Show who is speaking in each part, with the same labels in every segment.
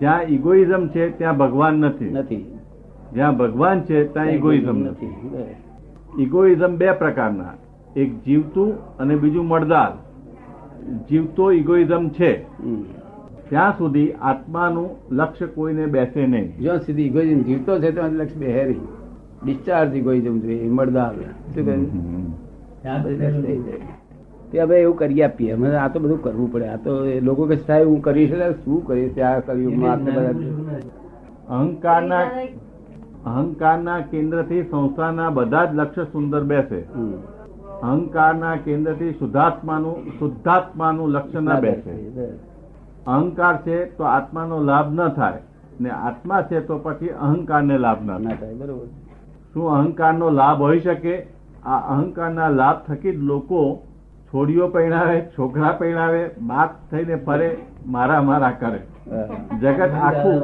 Speaker 1: જ્યાં ઇગોઇઝમ છે ત્યાં ભગવાન નથી
Speaker 2: નથી
Speaker 1: જ્યાં ભગવાન છે ત્યાં ઇગોઇઝમ નથી
Speaker 2: નથી
Speaker 1: ઇગોઇઝમ બે પ્રકારના એક જીવતું અને બીજું મળદાર જીવતો ઇગોઇઝમ છે
Speaker 2: હમ.
Speaker 1: ત્યાં સુધી આત્માનું લક્ષ્ય કોઈને બેસે નહીં
Speaker 2: જ્યાં સુધી ઇગોઇઝમ જીવતો છે ત્યાં લક્ષ બેહેરી ડિસ્ચાર્જ ઇગોઇઝમ જોઈએ મળદા આવે શું કહ્યું ત્યાં પછી લક્ષ થઈ જાય. તે અમે એવું કરી આપીએ અમે આ તો બધું કરવું પડે આ તો એ લોકો કે સાહેબ હું કરીશ એટલે શું કરીશ ત્યાં કલયુગમાં આ તો બધા
Speaker 1: અહંકારના અહંકારના કેન્દ્રથી સંસ્થાના બધા જ લક્ષ્ય સુંદર બેસે
Speaker 2: હમ.
Speaker 1: અહંકારના કેન્દ્રથી શુદ્ધાત્માનું શુદ્ધાત્માનું લક્ષ્ય ના બેસે અહંકાર છે તો આત્માનો લાભ ન થાય ને આત્મા છે તો પછી અહંકારને લાભ ના
Speaker 2: ના
Speaker 1: થાય
Speaker 2: થાય બરોબર
Speaker 1: શું અહંકારનો લાભ હોઈ શકે આ અહંકારના લાભ થકી જ લોકો છોડીઓ પહેણાવે છોકરા પહેણાવે બાપ થઈને ફરે મારા મારા કરે
Speaker 2: હા.
Speaker 1: જગત આખું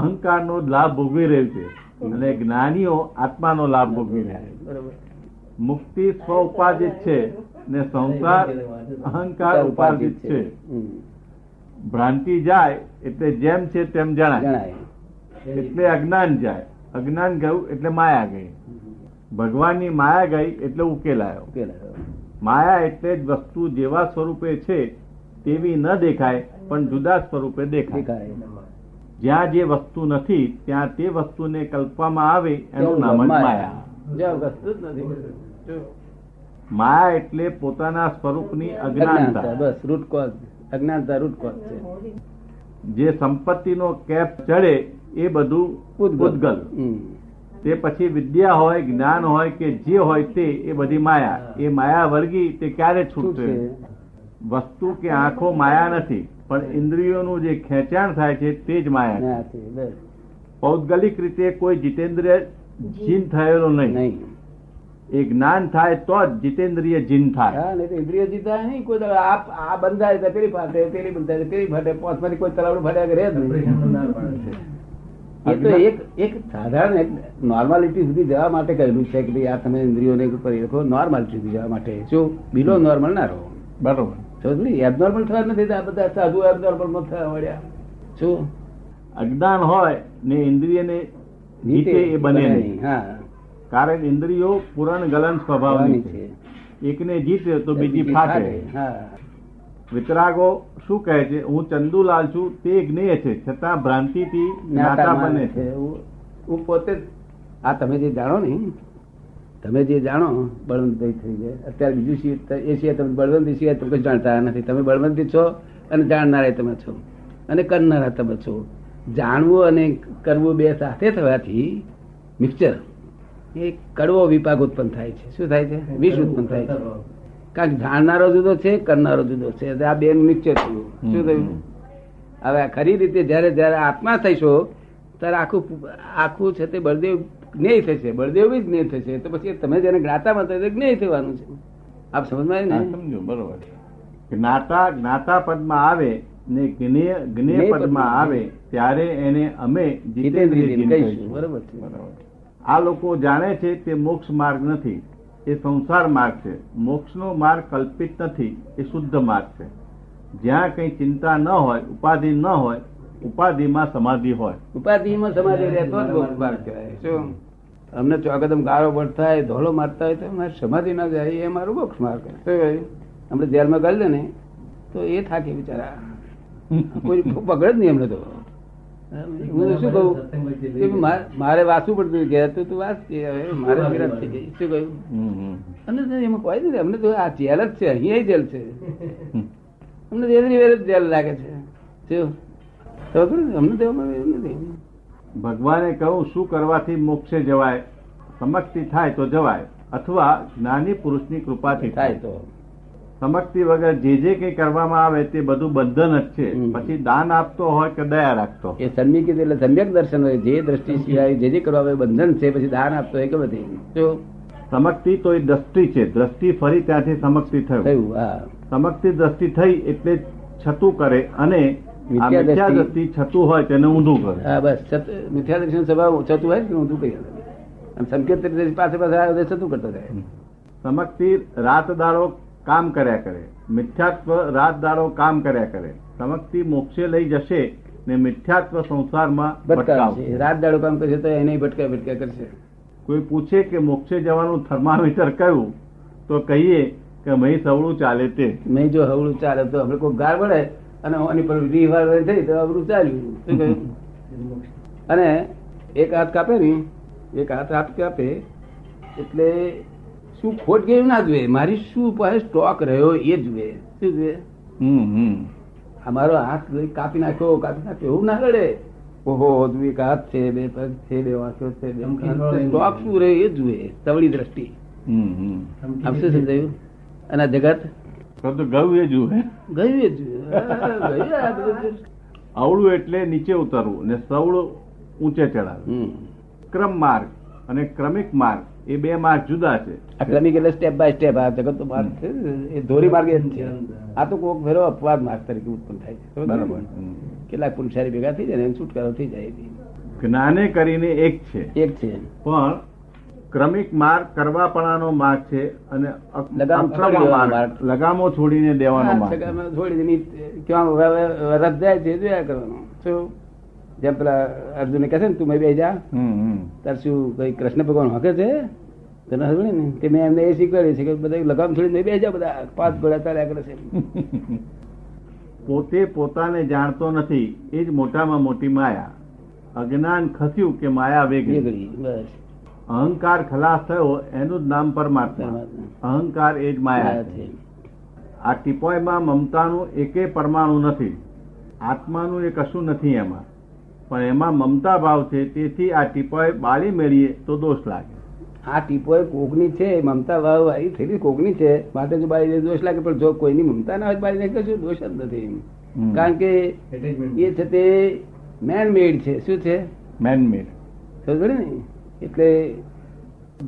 Speaker 1: અહંકારનો જ લાભ ભોગવી રહ્યું છે અને જ્ઞાનીઓ આત્માનો લાભ ભોગવી રહ્યા છે
Speaker 2: બરોબર
Speaker 1: મુક્તિ સ્વ ઉપાર્જિત છે ને સંસાર અહંકાર ઉપાર્જિત છે
Speaker 2: હમ.
Speaker 1: ભ્રાંતિ જાય એટલે જેમ છે તેમ જણાય
Speaker 2: જણાય
Speaker 1: એટલે અજ્ઞાન જાય અજ્ઞાન ગયું એટલે માયા ગઈ ભગવાનની માયા ગઈ એટલે ઉકેલાયો
Speaker 2: ઉકેલાયો.
Speaker 1: માયા એટલે જ વસ્તુ જેવા સ્વરૂપે છે તેવી ન દેખાય પણ જુદા સ્વરૂપે દેખાય
Speaker 2: દેખાય.
Speaker 1: જ્યાં જે વસ્તુ નથી ત્યાં તે વસ્તુને કલ્પવામાં આવે એનું નામ જ માયા
Speaker 2: જ્યાં વસ્તુ જ નથી
Speaker 1: માયા એટલે પોતાના સ્વરૂપની
Speaker 2: અજ્ઞાનતા
Speaker 1: અજ્ઞાનતા
Speaker 2: બસ root cause. અજ્ઞાનતા root cause છે
Speaker 1: જે સંપત્તિનો કેપ ચડે એ બધું
Speaker 2: ઉદ્ગલ.
Speaker 1: ઉદ્ગલ
Speaker 2: હમ.
Speaker 1: તે પછી વિદ્યા હોય જ્ઞાન હોય કે જે હોય તે એ બધી માયા એ માયા વર્ગી તે ક્યારે છૂટશે
Speaker 2: શું છે?
Speaker 1: વસ્તુ કે આંખો માયા નથી પણ ઇન્દ્રિયોનું જે ખેંચાણ થાય છે તે જ માયા
Speaker 2: ના, છે. બસ.
Speaker 1: છે પૌદ્ગલિક રીતે કોઈ જીતેન્દ્રિય જીન થયેલો નહીં
Speaker 2: નહીં
Speaker 1: એ જ્ઞાન થાય તો જ જીતેન્દ્રિય જીન થાય
Speaker 2: હા, નહીં તો ઇન્દ્રિયો જીતા નહીં કોઈ દાડો આ આ બંધાય તો પેલી ફાટે પેલી બંધાય તો પેલી ફાટે પાંચમાંથી કોઈ તલાવડું ફાટ્યા કરે જ નહીં. એ તો એક એક સાધારણ નોર્માલિટી સુધી જવા માટે કહેલું છે કે ભાઈ આ તમે ઇન્દ્રિયોને કરી રાખો નોર્માલિટી સુધી જવા માટે શું બિલો નોર્મલ ના રહો
Speaker 1: બરોબર
Speaker 2: એબનોર્મલ થવા નથી થતા. આ બધા સાધુ abnormal થવા વળ્યા શું
Speaker 1: અજ્ઞાન હોય ને ઇન્દ્રિયને જીતે એ બને નહીં
Speaker 2: હા
Speaker 1: કારણ ઇન્દ્રિયો પુરણ ગલન સ્વભાવની છે એકને જીતે તો બીજી ફાટે
Speaker 2: હા
Speaker 1: વિતરાગો શું કહે છે હું ચંદુલાલ છું તે જ્ઞેય છે છતાં ભ્રાંતિથી જ્ઞાતા
Speaker 2: જ્ઞાતા
Speaker 1: બને
Speaker 2: માને
Speaker 1: છે
Speaker 2: છે હું- હું પોતે જ- આ તમે જે જાણો ને તમે જે જાણો બળવંતભાઈ થઈ ગયા અત્યારે બીજું સિવાય ત- એ સિવાય તમે બળવંતી સિવાય તમે કશું જાણતા નથી તમે બળવંતી છો અને જાણનારા તમે છો અને કરનારા તમે છો જાણવું અને કરવું બે સાથે થવાથી મિક્સચર એ કડવો વિપાક ઉત્પન્ન થાય છે શું થાય છે વિષ ઉત્પન્ન થાય છે કારણ કે જાણનારો જુદો છે કરનારો જુદો છે એટલે આ બે મિક્સચર થયું શું થયું હવે ખરી રીતે જ્યારે જ્યારે આત્મા થઈશો ત્યારે આખું આખું છે તે બળદેવ જ્ઞેય થશે બળદેવ બી જ્ઞેય થશે તો પછી તમે જેને જ્ઞાતા માનતા હોય તો જ્ઞેય થવાનું છે આપ સમજમાં
Speaker 1: હા,
Speaker 2: આવ્યું ને
Speaker 1: સમજ્યો, બરોબર જ્ઞાતા જ્ઞાતા પદમાં આવે ને જ્ઞેય જ્ઞેય
Speaker 2: જ્ઞેય
Speaker 1: પદમાં
Speaker 2: પદમાં
Speaker 1: આવે ત્યારે એને અમે
Speaker 2: જીતેન્દ્રિય
Speaker 1: જીતેન્દ્રિય
Speaker 2: કહીશું.
Speaker 1: બરોબર
Speaker 2: બરોબર છે.
Speaker 1: આ લોકો જાણે છે તે મોક્ષ માર્ગ નથી એ સંસાર માર્ગ છે મોક્ષનો માર્ગ કલ્પિત નથી એ શુદ્ધ માર્ગ છે જ્યાં કઈ ચિંતા ન હોય ઉપાધિ ન હોય ઉપાધિમાં સમાધિ હોય
Speaker 2: ઉપાધિમાં સમાધિ રહેતો જ મોક્ષ માર્ગ કહેવાય શું અમને ચોકદમ ગાળો પડતા હોય ધોળો મારતા હોય તો અમારે સમાધિ ના જાય એ મારું મોક્ષ માર્ગ કહેવાય. શું કહેવાય? અમને જેલમાં ગાળી દે ને તો એ થાકે બિચારા કોઈ પકડે જ નહીં અમને તો હું તો શું કહું કે મા- મારે વાંચવું પડતું કે તું તું વાંચ કે હવે મારે વિરાટ થઈ ગઈ શું કહ્યું
Speaker 1: હમ, હમ.
Speaker 2: અને તો એમાં કોઈ નથી અમને તો આ જેલ જ છે અહીંયા જેલ છે
Speaker 1: હમ.
Speaker 2: અમને તો એની વેરે જ જેલ લાગે છે શું તો ખરું ને? અમને તો એમાં એવું નથી
Speaker 1: ભગવાને કહ્યું શું કરવાથી મોક્ષે જવાય સમક્તિ થાય તો જવાય અથવા જ્ઞાની પુરુષની કૃપાથી
Speaker 2: થાય
Speaker 1: થાય
Speaker 2: તો
Speaker 1: સમક્તિ વગર જે જે કંઈ કરવામાં આવે તે બધું બંધન જ છે
Speaker 2: હમ.
Speaker 1: પછી દાન આપતો હોય કે દયા રાખતો
Speaker 2: એ સન્મી કીધું એટલે સમ્યક દર્શન હોય જે દ્રષ્ટિ સિવાય જે જે કરવા આવે બંધન છે પછી દાન આપતો હોય કે બધી શું
Speaker 1: સમક્તિ તો એ દ્રષ્ટિ છે દ્રષ્ટિ ફરી ત્યાંથી સમક્તિ થયું
Speaker 2: થયું હા
Speaker 1: સમક્તિ દ્રષ્ટિ થઈ એટલે છતું કરે અને આ
Speaker 2: મિથ્યા
Speaker 1: મિથ્યા
Speaker 2: દ્રષ્ટિ-
Speaker 1: દ્રષ્ટિ છતું હોય તેને ઊંધું કરે
Speaker 2: હા બસ છત- મિથ્યા દર્શન સ્વભાવ છતું હોય ને તો ઊંધું કરી આવે. અને સંકેત દર્શન પાસે પાસે આવે તો છતું કરતો જાય
Speaker 1: સમક્તિ રાત દાડો કામ કર્યા કરે મિથ્યાત્વ રાત દાડો કામ કર્યા કરે સમક્તિ મોક્ષે લઈ જશે ને મિથ્યાત્વ સંસારમાં
Speaker 2: ભટકાવશે
Speaker 1: ભટકાવશે
Speaker 2: રાત દાડો કામ કરશે તો એને ભટકા ભટકા કરશે
Speaker 1: કોઈ પૂછે કે મોક્ષે જવાનું થર્મામીટર કયું તો કહીએ કે મહી સવળું ચાલે તે
Speaker 2: મેં જો હવળું ચાલે તો આપણે કોઈ ગાર પડે અને એની પર રીહવાર થઈ તો હવળું ચાલ્યું શું કહ્યું? અને એક હાથ કાપે ને એક હાથ હાથ કાપે એટલે શું ખોટ ગયું ના જોઈએ મારી શું પાસે સ્ટોક રહ્યો એ જુએ શું જુએ
Speaker 1: હમ હમ
Speaker 2: અમારો હાથ લઈ કાપી નાખ્યો કાપી નાખ્યો એવું ના રડે ઓહો હજુ એક હાથ છે બે પગ છે બે વાંખો છે બે
Speaker 3: ધમકી
Speaker 2: કાન છે.
Speaker 3: વાળી.
Speaker 2: સ્ટોક શું રહ્યો એ જુએ સવળી દ્રષ્ટિ
Speaker 1: હમ હમ
Speaker 2: આપ શું સમજાયું અને આ જગત
Speaker 1: તો તો ગયું એ જુએ
Speaker 2: ગયું એ જુએ હા, ગયું આ બધું.
Speaker 1: અવળું એટલે નીચે ઉતરવું ને સવળું ઊંચે ચડાવવું
Speaker 2: હમ.
Speaker 1: ક્રમ માર્ગ અને ક્રમિક માર્ગ એ બે માર્ગ જુદા છે
Speaker 2: આ ક્રમિક એટલે સ્ટેપ બાય સ્ટેપ આ જગત તો માર્ગ છે એ ધોરી માર્ગ એમ છે આ તો કોક ફેરો અપવાદ માર્ગ તરીકે ઉત્પન્ન થાય છે
Speaker 1: બરાબર હમ.
Speaker 2: કેટલાક પુરુષારી ભેગા થઈ જાય ને એમ છુટકારો થઈ જાય
Speaker 1: જ્ઞાને કરીને એક છે
Speaker 2: એક છે
Speaker 1: પણ ક્રમિક માર્ગ કરવાપણાનો માર્ગ છે અને અ-
Speaker 2: લગામ
Speaker 1: અક્રમો
Speaker 2: છોડી દેવાનો
Speaker 1: માર્ગ,
Speaker 2: માર્ગ.
Speaker 1: લગામો છોડીને દેવાનો
Speaker 2: આ
Speaker 1: માર્ગ
Speaker 2: સગામાં છોડી દે. ની- ક્યાં રથ જાય છે એ જોયા કરવાનું શું જેમ પેલા અર્જુન કહે છે ને તું મેં બે જા
Speaker 1: હમ, હમ.
Speaker 2: તાર શું કઈ કૃષ્ણ ભગવાન હકે છે તને હજુ ને તે મેં એમને એ શીખવાડ્યું છે કે બધા લગામ છોડીને મેં બે જા બધા પાંચ ઘોડા ચાલ્યા કરે છે
Speaker 1: પોતે પોતાને જાણતો નથી એ જ મોટામાં મોટી માયા અજ્ઞાન ખસ્યું કે માયા વેગળી
Speaker 2: વેગળી બસ
Speaker 1: અહંકાર ખલાસ થયો એનું જ નામ પરમાત્મા
Speaker 2: પરમાત્મા.
Speaker 1: અહંકાર એ જ માયા છે આ ટીપોયમાં મમતાનું એકે પરમાણુ નથી આત્માનું એ કશું નથી એમાં પણ એમાં મમતા ભાવ છે તેથી આ ટીપોય બાળી મેળીએ તો દોષ લાગે
Speaker 2: આ ટીપો એ કોકની છે મમતા વાવ આવી થઈ કોકની છે માટે જો બાળી દે દોષ લાગે પણ જો કોઈની મમતા ના હોય તો બાળી દે કશું દોષ જ નથી
Speaker 1: હમ.
Speaker 2: કારણ કે એ છે તે મેન મેડ છે શું છે
Speaker 1: મેનમેડ
Speaker 2: સમજ પડી ને એટલે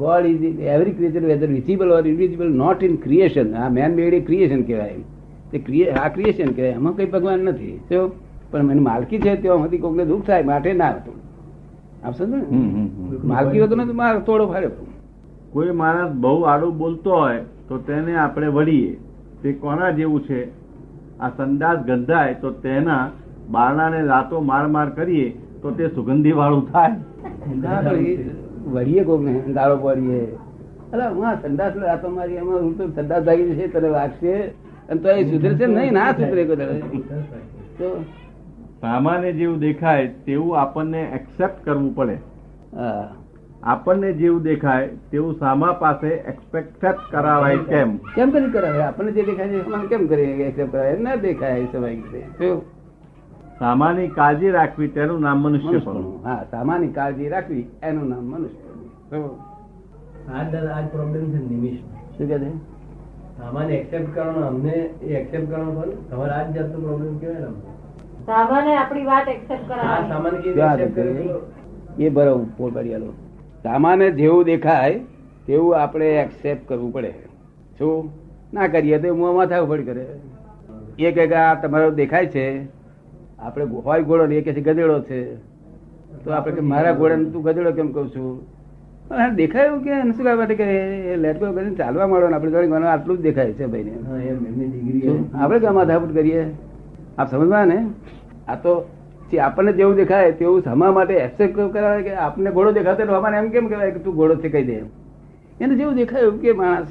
Speaker 2: God is every creature whether visible or invisible not in creation આ મેન મેડ એ ક્રિએશન કહેવાય તે ક્રિએ આ ક્રિએશન કહેવાય એમાં કઈ ભગવાન નથી જો પણ મને માલકી છે તેમાંથી કોકને દુઃખ થાય માટે ના હતું આપ સમજો ને માલકી વગર નો તો માર તોડો ફાડ્યો
Speaker 1: કોઈ માણસ બહુ આડું બોલતો હોય તો તેને આપણે વળીએ તે કોના જેવું છે આ સંદાસ ગંધાય તો તેના બારણાને લાતો માર માર કરીએ તો તે સુગંધી વાળું થાય
Speaker 2: ના, પણ એ વળીએ કોક ને ગાળો પડીએ અલા હું આ સંડાસ રાતો મારી એમાં હું તો સંડાસ લાગી જશે તને વાગશે અને તો એ સુધરશે નહીં ના સુધરે કોઈ દાડો. તો
Speaker 1: સામાન્ય જેવું દેખાય તેવું આપણને એક્સેપ્ટ કરવું પડે
Speaker 2: હા
Speaker 1: આપણને જેવું દેખાય તેવું સામા પાસે એક્સેપ્ટ કરાવાય કેમ
Speaker 2: કેમ કરી કરાવે આપણને જે દેખાય છે એમાં કેમ કરી accept કરાવે ના દેખાય એ સ્વાભાવિક રીતે શું?
Speaker 1: સામાની કાળજી રાખવી તેનું નામ મનુષ્યપણું
Speaker 2: મનુષ્યપણું. હા સામાન્ય કાળજી રાખવી એનું નામ મનુષ્ય શું
Speaker 3: પ્રોબ્લેમ છે નિમિષ
Speaker 2: શું કહે છે
Speaker 3: સામાન્ય એક્સેપ્ટ કરવાનો અમને એ એક્સેપ્ટ કરવાનો પણ તમારે આ જ જાતનો પ્રોબ્લેમ કેવાય ને
Speaker 4: સામાન્ય આપણી વાત એક્સેપ્ટ
Speaker 3: આ
Speaker 4: કરાવવાની
Speaker 3: સામાન્ય કેવી
Speaker 2: ક્યાં
Speaker 3: accept કરે
Speaker 2: જગ્યાએ?
Speaker 3: તો
Speaker 2: એ બરાબર પોરબડિયાલો સામાન્ય જેવું દેખાય તેવું આપણે એક્સેપ્ટ કરવું પડે શું ના કરીએ તો મોં માથા ઉફડ કરે એ કહે કે આ તમારો દેખાય છે આપણે ગો- હોય ઘોડો ને એ કહે છે ગધેડો છે તો આપણે કે મારા ઘોડાને તું ગધેડો કેમ કહું છું પણ આ દેખાય એવું કે એને શું કરવા માટે કે એ લેટકો કરીને ચાલવા માંડો ને આપણે જોડે ગણો આટલું જ દેખાય છે ભાઈને
Speaker 3: હા એમ એમની ડિગ્રી
Speaker 2: શું? આપણે કેમ માથાપૂટ કરીએ આપ સમજમાં ને આ તો જે આપણને જેવું દેખાય તેવું સમા માટે એક્સેપ્ટ કરાવે કે આપને ઘોડો દેખાતો એટલે અમારે એમ કેમ કહેવાય કે તું ઘોડો છે કહી દે એમ. એને જેવું દેખાય એવું કે માણસ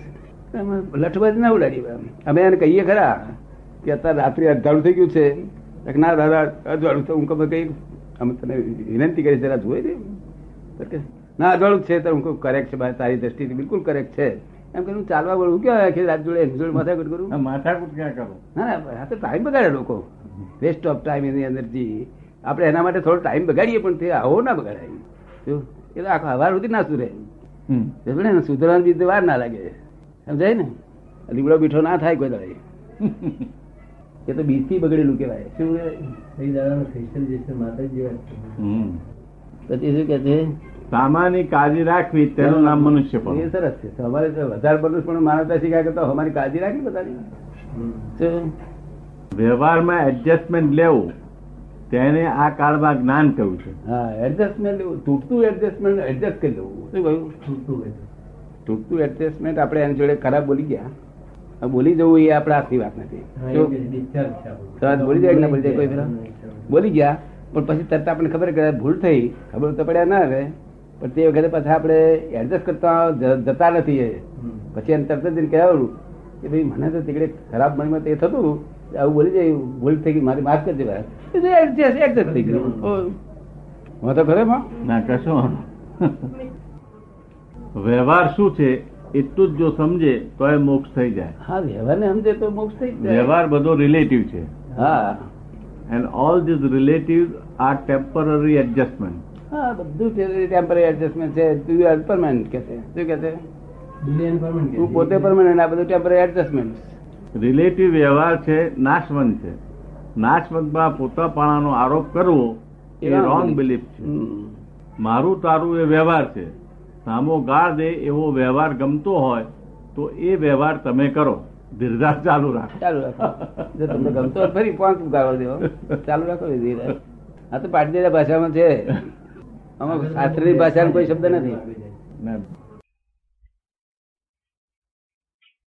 Speaker 2: અમે લઠબાજી ના ઉડાડીએ એમ. અમે એને કહીએ ખરા કે અત્યારે રાત્રે અડધાડું થઈ ગયું છે તો કે ના દાદા અજવાળું તો હું કમે કઈ અમે તને વિનંતી કરી જરા જોઈ દે તો કે ના અજવાળું જ છે તો હું કહું કરેક્ટ છે ભાઈ તારી દ્રષ્ટિથી બિલકુલ કરેક્ટ છે એમ કે હું ચાલવા વળું હું કેવાય આખી રાત જોડે એની જોડે માથાકૂટ કરું
Speaker 1: આ માથાકૂટ ક્યાં કરો
Speaker 2: ના ના આ તો ટાઈમ બગાડે લોકો વેસ્ટ ઓફ ટાઈમ એની એનર્જી આપણે એના માટે થોડો ટાઈમ બગાડીએ પણ તે આવો ના બગાડાય જો એ તો આખો હવાર સુધી ના સુધરે
Speaker 1: હમ.
Speaker 2: સમજે ને સુધરવાની બીજી વાર ના લાગે સમજાય ને લીમડો બીઠો ના થાય કોઈ દાડે એ તો બીજથી બગડેલું કહેવાય શું કહેવાય?
Speaker 3: એ દાદાનો ક્રિશ્ચન જેસન માતા જ જેવા છે.
Speaker 1: હમ.
Speaker 2: પછી શું કહે છે
Speaker 1: સામાની કાળજી રાખવી તેનું નામ
Speaker 2: એ
Speaker 1: મનુષ્યપણું
Speaker 2: સરસ છે તો અમારે તો વધારે પડતું પણ માનવતા શીખ્યા કરતા અમારી કાળજી રાખી બધાની
Speaker 3: હમ.
Speaker 2: શું?
Speaker 1: વ્યવહારમાં એડજસ્ટમેન્ટ લેવું તેને આ કાળમાં જ્ઞાન કહ્યું છે
Speaker 2: હા એડજસ્ટમેન્ટ તૂટતું એડજસ્ટમેન્ટ એડજસ્ટ કરી દેવું શું કહ્યું
Speaker 3: છૂટું હોય તો.
Speaker 2: તૂટતું એડજસ્ટમેન્ટ આપણે એની જોડે ખરાબ બોલી ગયા હવે બોલી જવું એ આપણા હાથની વાત
Speaker 3: હા,
Speaker 2: નથી
Speaker 3: એ
Speaker 2: જો
Speaker 3: discharge છે આપણું.
Speaker 2: તો આજ બોલી જાય કે ના બોલી જાય કોઈ ફેરા? બોલી ગયા પણ પછી તરત આપણને ખબર કે ભૂલ થઈ ખબર તો પડ્યા ના હવે પણ તે વખતે પાછા આપણે એડજસ્ટ કરતા જ- જતા નથી એ
Speaker 3: હમ.
Speaker 2: પછી એને તરત જ એને કહેવાયું કે ભાઈ મને તો તીકડે ખરાબ મનમાં તે થતું આવું બોલી જાય ભૂલ થઈ ગઈ મારી માફ કરજે ભાઈ. એ તો એડજસ્ટ એડજસ્ટ થઈ ગયું ઓ. હું તો ખરે માં
Speaker 1: ના કશો વાંધો. વ્યવહાર શું છે એટલું જ જો સમજે તો એ મોક્ષ થઈ જાય
Speaker 2: હા વ્યવહારને સમજે તો મોક્ષ થઈ જ જાય
Speaker 1: વ્યવહાર બધો રિલેટિવ છે
Speaker 2: હા
Speaker 1: and all this relative are temporary adjustment
Speaker 2: હા બધું ટેમ્પરરી એડજસ્ટમેન્ટ છે તું પરમાનન્ટ કે છે શું કે છે
Speaker 3: Billion permanent કે
Speaker 2: તું
Speaker 3: છે.
Speaker 2: પોતે પરમાનન્ટ આ બધું ટેમ્પરરી એડજસ્ટમેન્ટ
Speaker 1: રિલેટિવ વ્યવહાર છે નાશવંત છે નાશવંતમાં પોતાપાણાનો આરોપ કરવો એ રોંગ બિલીફ છે મારું તારું એ વ્યવહાર છે સામો ગાળ દે એવો વ્યવહાર ગમતો હોય તો એ વ્યવહાર તમે કરો ધીરધાર ચાલુ રાખો
Speaker 2: ચાલુ રાખો જો તમને ગમતો હોય ફરી પાંચ ઉગાડવા દેવો ચાલુ રાખો એ ધીરે આ તો પાટીદાર ભાષામાં છે આમાં શાસ્ત્રીય ભાષાનો કોઈ શબ્દ નથી
Speaker 1: ના,